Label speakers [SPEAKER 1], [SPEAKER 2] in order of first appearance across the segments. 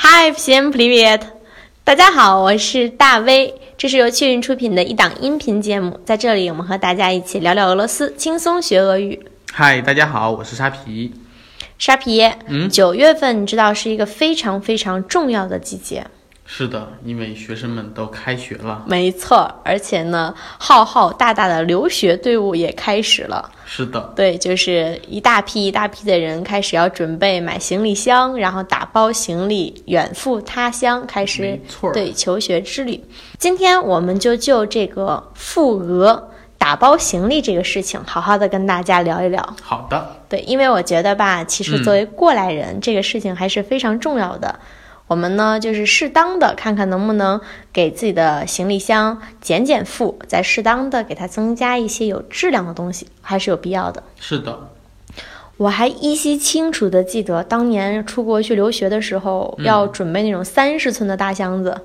[SPEAKER 1] Hi, всем привет！大家好，我是大 V，这是由趣运出品的一档音频节目，在这里我们和大家一起聊聊俄罗斯，轻松学俄语。
[SPEAKER 2] 嗨，大家好，我是沙皮。
[SPEAKER 1] 沙皮耶，
[SPEAKER 2] 嗯
[SPEAKER 1] 九月份你知道是一个非常非常重要的季节，
[SPEAKER 2] 是的，因为学生们都开学了。
[SPEAKER 1] 没错，而且呢，浩浩大大的留学队伍也开始了。
[SPEAKER 2] 是的，
[SPEAKER 1] 对，就是一大批一大批的人开始要准备买行李箱，然后打包行李，远赴他乡，开始
[SPEAKER 2] 没错儿
[SPEAKER 1] 对求学之旅。今天我们就就这个赴俄打包行李这个事情，好好的跟大家聊一聊。
[SPEAKER 2] 好的，
[SPEAKER 1] 对，因为我觉得吧，其实作为过来人，这个事情还是非常重要的。我们呢，就是适当的看看能不能给自己的行李箱减减负，再适当的给它增加一些有质量的东西，还是有必要的。
[SPEAKER 2] 是的，
[SPEAKER 1] 我还依稀清楚的记得，当年出国去留学的时候，
[SPEAKER 2] 嗯
[SPEAKER 1] 要准备那种三十寸的大箱子，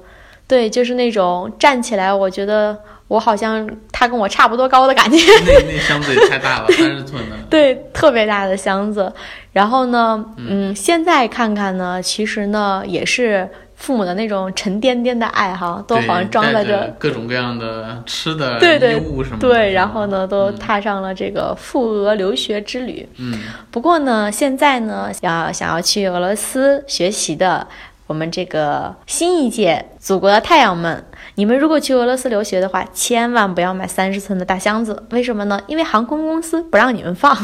[SPEAKER 1] 对，就是那种站起来，我觉得我好像他跟我差不多高的感觉，
[SPEAKER 2] 那那箱子也太大了，三十寸的。
[SPEAKER 1] 对，特别大的箱子。然后呢，嗯，现在看看呢，其实呢也是父母的那种沉甸甸的爱好，都好像
[SPEAKER 2] 对
[SPEAKER 1] 装
[SPEAKER 2] 带
[SPEAKER 1] 在这
[SPEAKER 2] 着各种各样的吃的、
[SPEAKER 1] 对对
[SPEAKER 2] 衣物什么的。啊
[SPEAKER 1] 对，
[SPEAKER 2] 是
[SPEAKER 1] 然
[SPEAKER 2] 吧
[SPEAKER 1] 后呢，都踏上了这个赴俄留学之旅。
[SPEAKER 2] 嗯，
[SPEAKER 1] 不过呢，现在呢，要想要去俄罗斯学习的。我们这个新一届祖国的太阳们，你们如果去俄罗斯留学的话，千万不要买三十寸的大箱子。为什么呢？因为航空公司不让你们 放。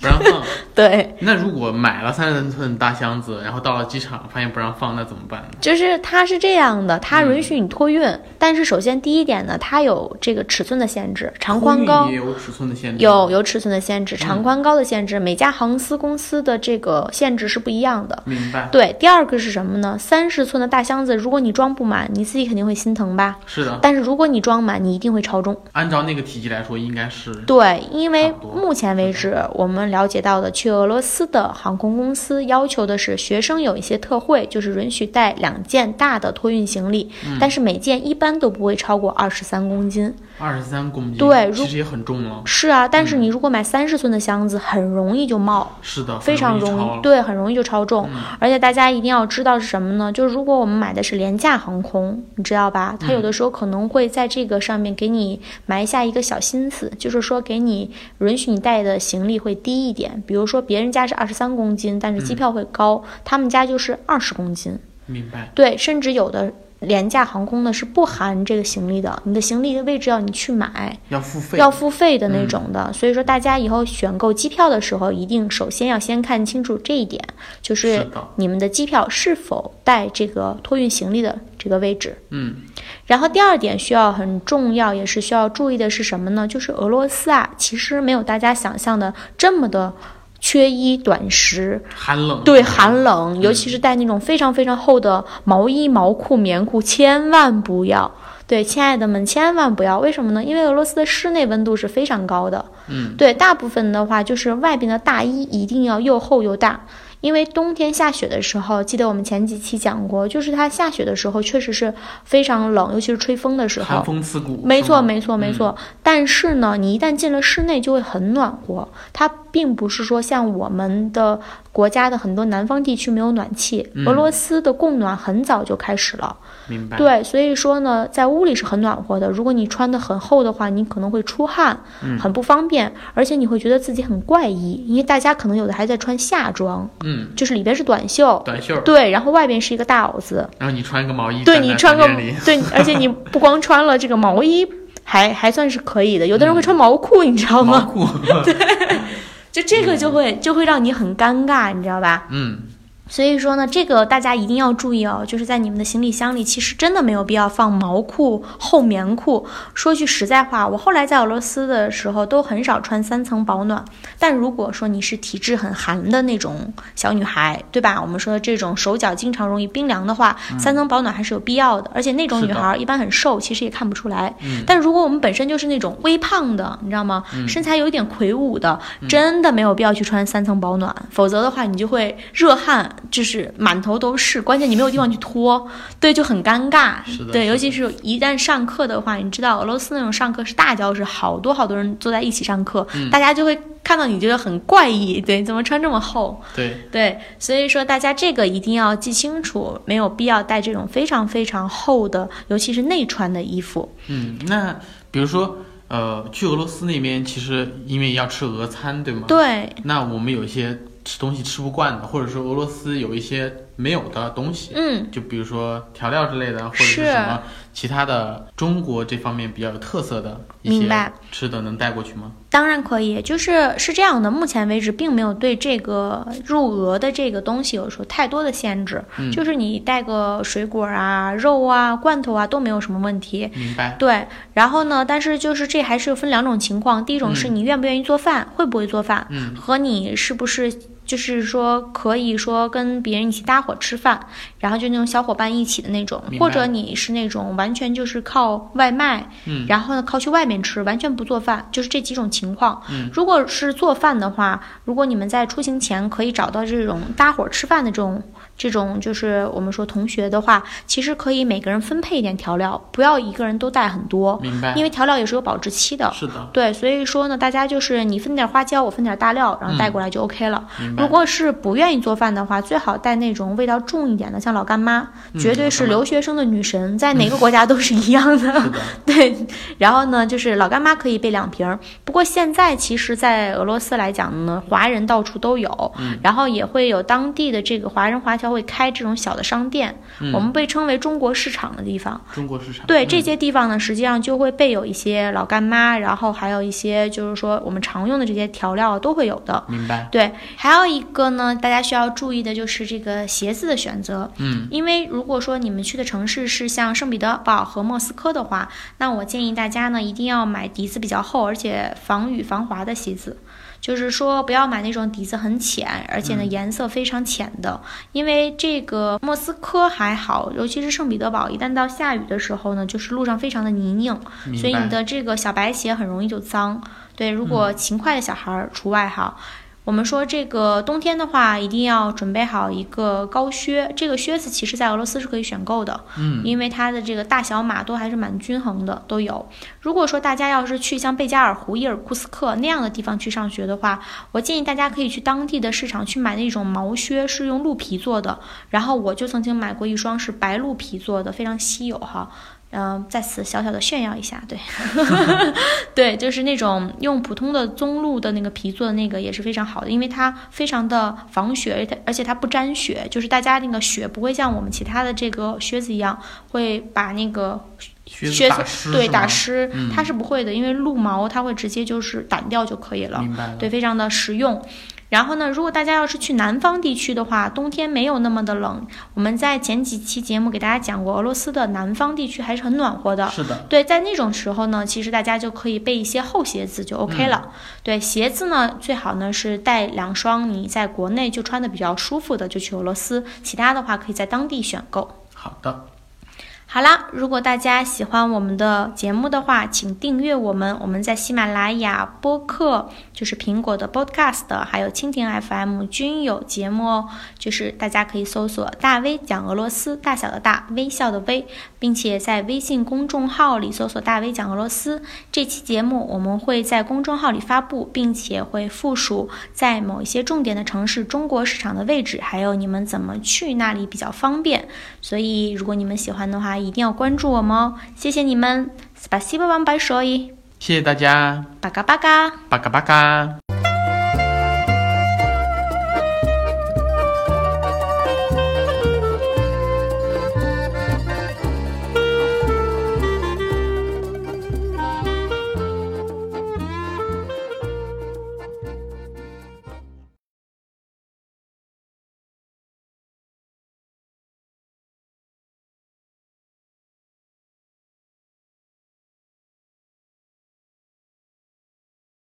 [SPEAKER 2] 不让放。
[SPEAKER 1] 对，
[SPEAKER 2] 那如果买了三十寸大箱子，然后到了机场发现不让放，那怎么办？
[SPEAKER 1] 就是它是这样的，它允许你托运，但是首先第一点呢，它有这个尺寸的限制，长宽
[SPEAKER 2] 托运
[SPEAKER 1] 高
[SPEAKER 2] 也有嗯尺寸的限制。
[SPEAKER 1] 有。有尺寸的限制，长宽高的限制，每家航司公司的这个限制是不一样的。
[SPEAKER 2] 明白。
[SPEAKER 1] 对，第二个是什么呢？三十寸的大箱子，如果你装不满，你自己肯定会心疼吧。
[SPEAKER 2] 是的，
[SPEAKER 1] 但是如果你装满，你一定会超重。
[SPEAKER 2] 按照那个体积来说，应该是
[SPEAKER 1] 对，因为
[SPEAKER 2] 差不多
[SPEAKER 1] 目前为止我们了解到的，去俄罗斯的航空公司要求的是学生有一些特惠，就是允许带两件大的托运行李，
[SPEAKER 2] 嗯
[SPEAKER 1] 但是每件一般都不会超过二十三公斤。
[SPEAKER 2] 二十三公斤。
[SPEAKER 1] 对如
[SPEAKER 2] 其实也很重了。
[SPEAKER 1] 是啊，但是你如果买三十寸的箱子，很容易就冒。
[SPEAKER 2] 是的，
[SPEAKER 1] 非常
[SPEAKER 2] 容
[SPEAKER 1] 容
[SPEAKER 2] 超
[SPEAKER 1] 易，
[SPEAKER 2] 了。嗯
[SPEAKER 1] 对，很容易就超重。而且大家一定要知道是什么呢？就是如果我们买的是廉价航空，你知道吧？它有
[SPEAKER 2] 嗯
[SPEAKER 1] 的时候可能会在这个上面给你埋下一个小心思，就是说给你允许你带的行李会低一点。比如说别人家是二十三公斤，但是
[SPEAKER 2] 嗯
[SPEAKER 1] 机票会高，他们家就是二十公斤。
[SPEAKER 2] 明白。
[SPEAKER 1] 对，甚至有的廉价航空呢是不含这个行李的，你的行李的位置要你去买。
[SPEAKER 2] 要付费。嗯
[SPEAKER 1] 要付费的那种的。所以说，大家以后选购机票的时候，一定首先要先看清楚这一点，就是是
[SPEAKER 2] 的
[SPEAKER 1] 你们的机票是否带这个托运行李的这个位置。
[SPEAKER 2] 嗯，
[SPEAKER 1] 然后第二点需要很重要，也是需要注意的是什么呢？就是俄罗斯啊，其实没有大家想象的这么的缺衣短食，
[SPEAKER 2] 寒冷。
[SPEAKER 1] 对，寒冷，尤其是带那种非常非常厚的毛衣、毛裤、棉裤，千万不要。对，亲爱的们，千万不要。为什么呢？因为俄罗斯的室内温度是非常高的。
[SPEAKER 2] 嗯，
[SPEAKER 1] 对，大部分的话就是外边的大衣一定要又厚又大。因为冬天下雪的时候，记得我们前几期讲过，就是它下雪的时候确实是非常冷，尤其是吹风的时候
[SPEAKER 2] 寒。风刺骨。
[SPEAKER 1] 没错，
[SPEAKER 2] 是吗嗯
[SPEAKER 1] 没错，没错。但是呢，你一旦进了室内，就会很暖和。它并不是说像我们的国家的很多南方地区没有暖气，
[SPEAKER 2] 嗯
[SPEAKER 1] 俄罗斯的供暖很早就开始了。
[SPEAKER 2] 明白。
[SPEAKER 1] 对，所以说呢，在屋里是很暖和的。如果你穿的很厚的话，你可能会出汗，
[SPEAKER 2] 嗯
[SPEAKER 1] 很不方便，而且你会觉得自己很怪异，因为大家可能有的还在穿夏装，
[SPEAKER 2] 嗯，
[SPEAKER 1] 就是里边是短袖，
[SPEAKER 2] 短袖儿，
[SPEAKER 1] 对，然后外边是一个大袄子。
[SPEAKER 2] 然后你穿个毛衣，
[SPEAKER 1] 对
[SPEAKER 2] 站
[SPEAKER 1] 你
[SPEAKER 2] 在
[SPEAKER 1] 穿个
[SPEAKER 2] 房间里
[SPEAKER 1] 对，而且你不光穿了这个毛衣，还还算是可以的。有的人会穿毛裤，你知道
[SPEAKER 2] 毛
[SPEAKER 1] 吗？
[SPEAKER 2] 裤，
[SPEAKER 1] 就这个就会就会让你很尴尬，你知道吧？
[SPEAKER 2] 嗯，
[SPEAKER 1] 所以说呢，这个大家一定要注意哦，就是在你们的行李箱里，其实真的没有必要放毛裤、厚棉裤。说句实在话，我后来在俄罗斯的时候都很少穿三层保暖。但如果说你是体质很寒的那种小女孩，对吧？我们说这种手脚经常容易冰凉的话，三层保暖还是有必要的。而且那种
[SPEAKER 2] 嗯是
[SPEAKER 1] 女
[SPEAKER 2] 的嗯
[SPEAKER 1] 孩一般很瘦，其实也看不出来。但如果我们本身就是那种微胖的，你知道吗？身材
[SPEAKER 2] 嗯
[SPEAKER 1] 有一点魁梧的，真的没有必要去穿三层保暖，否则的话你就会热汗，就是满头都是，关键你没有地方去脱，对，就很尴尬
[SPEAKER 2] 嗯是的。
[SPEAKER 1] 对，
[SPEAKER 2] 是
[SPEAKER 1] 尤
[SPEAKER 2] 的
[SPEAKER 1] 其是一旦上课的话，你知道俄罗斯那种上课是大教室，好多好多人坐在一起上课，
[SPEAKER 2] 嗯
[SPEAKER 1] 大家就会看到你觉得很怪异，对，怎么穿这么厚？
[SPEAKER 2] 对，
[SPEAKER 1] 对，所以说大家这个一定要记清楚，没有必要带这种非常非常厚的，尤其是内穿的衣服。
[SPEAKER 2] 嗯，那比如说，呃，去俄罗斯那边其实因为要吃俄餐，对吗？。
[SPEAKER 1] 对，
[SPEAKER 2] 那我们有一些吃东西吃不惯的，或者说俄罗斯有一些没有的东西，
[SPEAKER 1] 嗯，
[SPEAKER 2] 就比如说调料之类的，或者
[SPEAKER 1] 是
[SPEAKER 2] 是什么其他的中国这方面比较有特色的一
[SPEAKER 1] 明
[SPEAKER 2] 些
[SPEAKER 1] 白
[SPEAKER 2] 吃的，能带过去吗？
[SPEAKER 1] 当然可以，就是是这样的。目前为止，并没有对这个入俄的这个东西有说太多的限制，
[SPEAKER 2] 嗯
[SPEAKER 1] 就是你带个水果啊、肉啊、罐头啊都没有什么问题。
[SPEAKER 2] 明白。
[SPEAKER 1] 对，然后呢？但是就是这还是分两种情况，第一种是
[SPEAKER 2] 嗯
[SPEAKER 1] 你愿不愿意做饭，会不会做饭，
[SPEAKER 2] 嗯
[SPEAKER 1] 和你是不是就是说可以说跟别人一起搭伙吃饭，然后就那种小伙伴一起的那种
[SPEAKER 2] 明，白
[SPEAKER 1] 或者你是那种完全就是靠外卖，
[SPEAKER 2] 嗯
[SPEAKER 1] 然后呢靠去外面吃，完全不做饭，就是这几种情况。
[SPEAKER 2] 嗯
[SPEAKER 1] 如果是做饭的话，如果你们在出行前可以找到这种搭伙吃饭的这种。这种就是我们说同学的话，其实可以每个人分配一点调料，不要一个人都带很多，
[SPEAKER 2] 明白
[SPEAKER 1] 哦因。为调料也是有保质期的。
[SPEAKER 2] 是的，
[SPEAKER 1] 对，所以说呢，大家就是你分点花椒，我分点大料，然后带过来就 OK 了。
[SPEAKER 2] 明白。
[SPEAKER 1] 如果是不愿意做饭的话，最好带那种味道重一点的，像老干妈，
[SPEAKER 2] 嗯
[SPEAKER 1] 绝对是
[SPEAKER 2] 老干妈
[SPEAKER 1] 留学生的女神，在哪个国家都是一样的。
[SPEAKER 2] 是的，
[SPEAKER 1] 对，然后呢，就是老干妈可以备两瓶儿。不过现在其实，在俄罗斯来讲呢，华人到处都有，
[SPEAKER 2] 嗯
[SPEAKER 1] 然后也会有当地的这个华人华侨会开这种小的商店，
[SPEAKER 2] 嗯
[SPEAKER 1] 我们被称为中国市场的地方。
[SPEAKER 2] 中国市场
[SPEAKER 1] 对
[SPEAKER 2] 嗯
[SPEAKER 1] 这些地方呢，实际上就会备有一些老干妈，然后还有一些就是说我们常用的这些调料啊都会有的。
[SPEAKER 2] 明白。
[SPEAKER 1] 对，还有一个呢，大家需要注意的就是这个鞋子的选择。
[SPEAKER 2] 嗯，
[SPEAKER 1] 因为如果说你们去的城市是像圣彼得堡和莫斯科的话，那我建议大家呢一定要买底子比较厚，而且防雨防滑的鞋子。就是说，不要买那种底子很浅，而且呢颜色非常浅的，因为这个莫斯科还好，尤其是圣彼得堡，一旦到下雨的时候呢，就是路上非常的泥泞，
[SPEAKER 2] 明
[SPEAKER 1] 嗯所以你
[SPEAKER 2] 白。
[SPEAKER 1] 的这个小白鞋很容易就脏。对，如果勤快的小孩儿除外哈。我们说这个冬天的话，一定要准备好一个高靴。这个靴子其实在俄罗斯是可以选购的，
[SPEAKER 2] 嗯，
[SPEAKER 1] 因为它的这个大小码都还是蛮均衡的，都有。如果说大家要是去像贝加尔湖、伊尔库斯克那样的地方去上学的话，我建议大家可以去当地的市场去买那种毛靴，是用鹿皮做的。然后我就曾经买过一双是白鹿皮做的，非常稀有哈。嗯、在此小小的炫耀一下， 对， 对，就是那种用普通的棕鹿的那个皮做的那个也是非常好的，因为它非常的防雪，而且它而且它不沾雪，就是大家那个雪不会像我们其他的这个靴子一样会把那个
[SPEAKER 2] 靴
[SPEAKER 1] 靴
[SPEAKER 2] 子
[SPEAKER 1] 子
[SPEAKER 2] 打湿
[SPEAKER 1] 对
[SPEAKER 2] 是
[SPEAKER 1] 打
[SPEAKER 2] 吗
[SPEAKER 1] 湿，
[SPEAKER 2] 嗯
[SPEAKER 1] 它是不会的，因为鹿毛它会直接就是掸掉就可以了。
[SPEAKER 2] 明白了。
[SPEAKER 1] 对，非常的实用。然后呢，如果大家要是去南方地区的话，冬天没有那么的冷。我们在前几期节目给大家讲过，俄罗斯的南方地区还是很暖和的。
[SPEAKER 2] 是的，
[SPEAKER 1] 对，在那种时候呢，其实大家就可以备一些厚鞋子就 OK 了。对，鞋子呢最好呢是带两双你在国内就穿的比较舒服的，就去俄罗斯；其他的话可以在当地选购。
[SPEAKER 2] 好的，
[SPEAKER 1] 好啦，如果大家喜欢我们的节目的话，请订阅我们。我们在喜马拉雅播客，就是苹果的 Podcast，还有蜻蜓 FM 均有节目哦。就是大家可以搜索“大 V 讲俄罗斯”，大小的大，微笑的微，并且在微信公众号里搜索“大 V 讲俄罗斯”。这期节目我们会在公众号里发布，并且会附属在某一些重点的城市中国市场的位置，还有你们怎么去那里比较方便。所以如果你们喜欢的话，一定要关注我们哦！谢谢你们，斯巴西巴万白手伊，
[SPEAKER 2] 谢谢大家，
[SPEAKER 1] 巴嘎巴嘎。
[SPEAKER 2] 巴嘎巴嘎。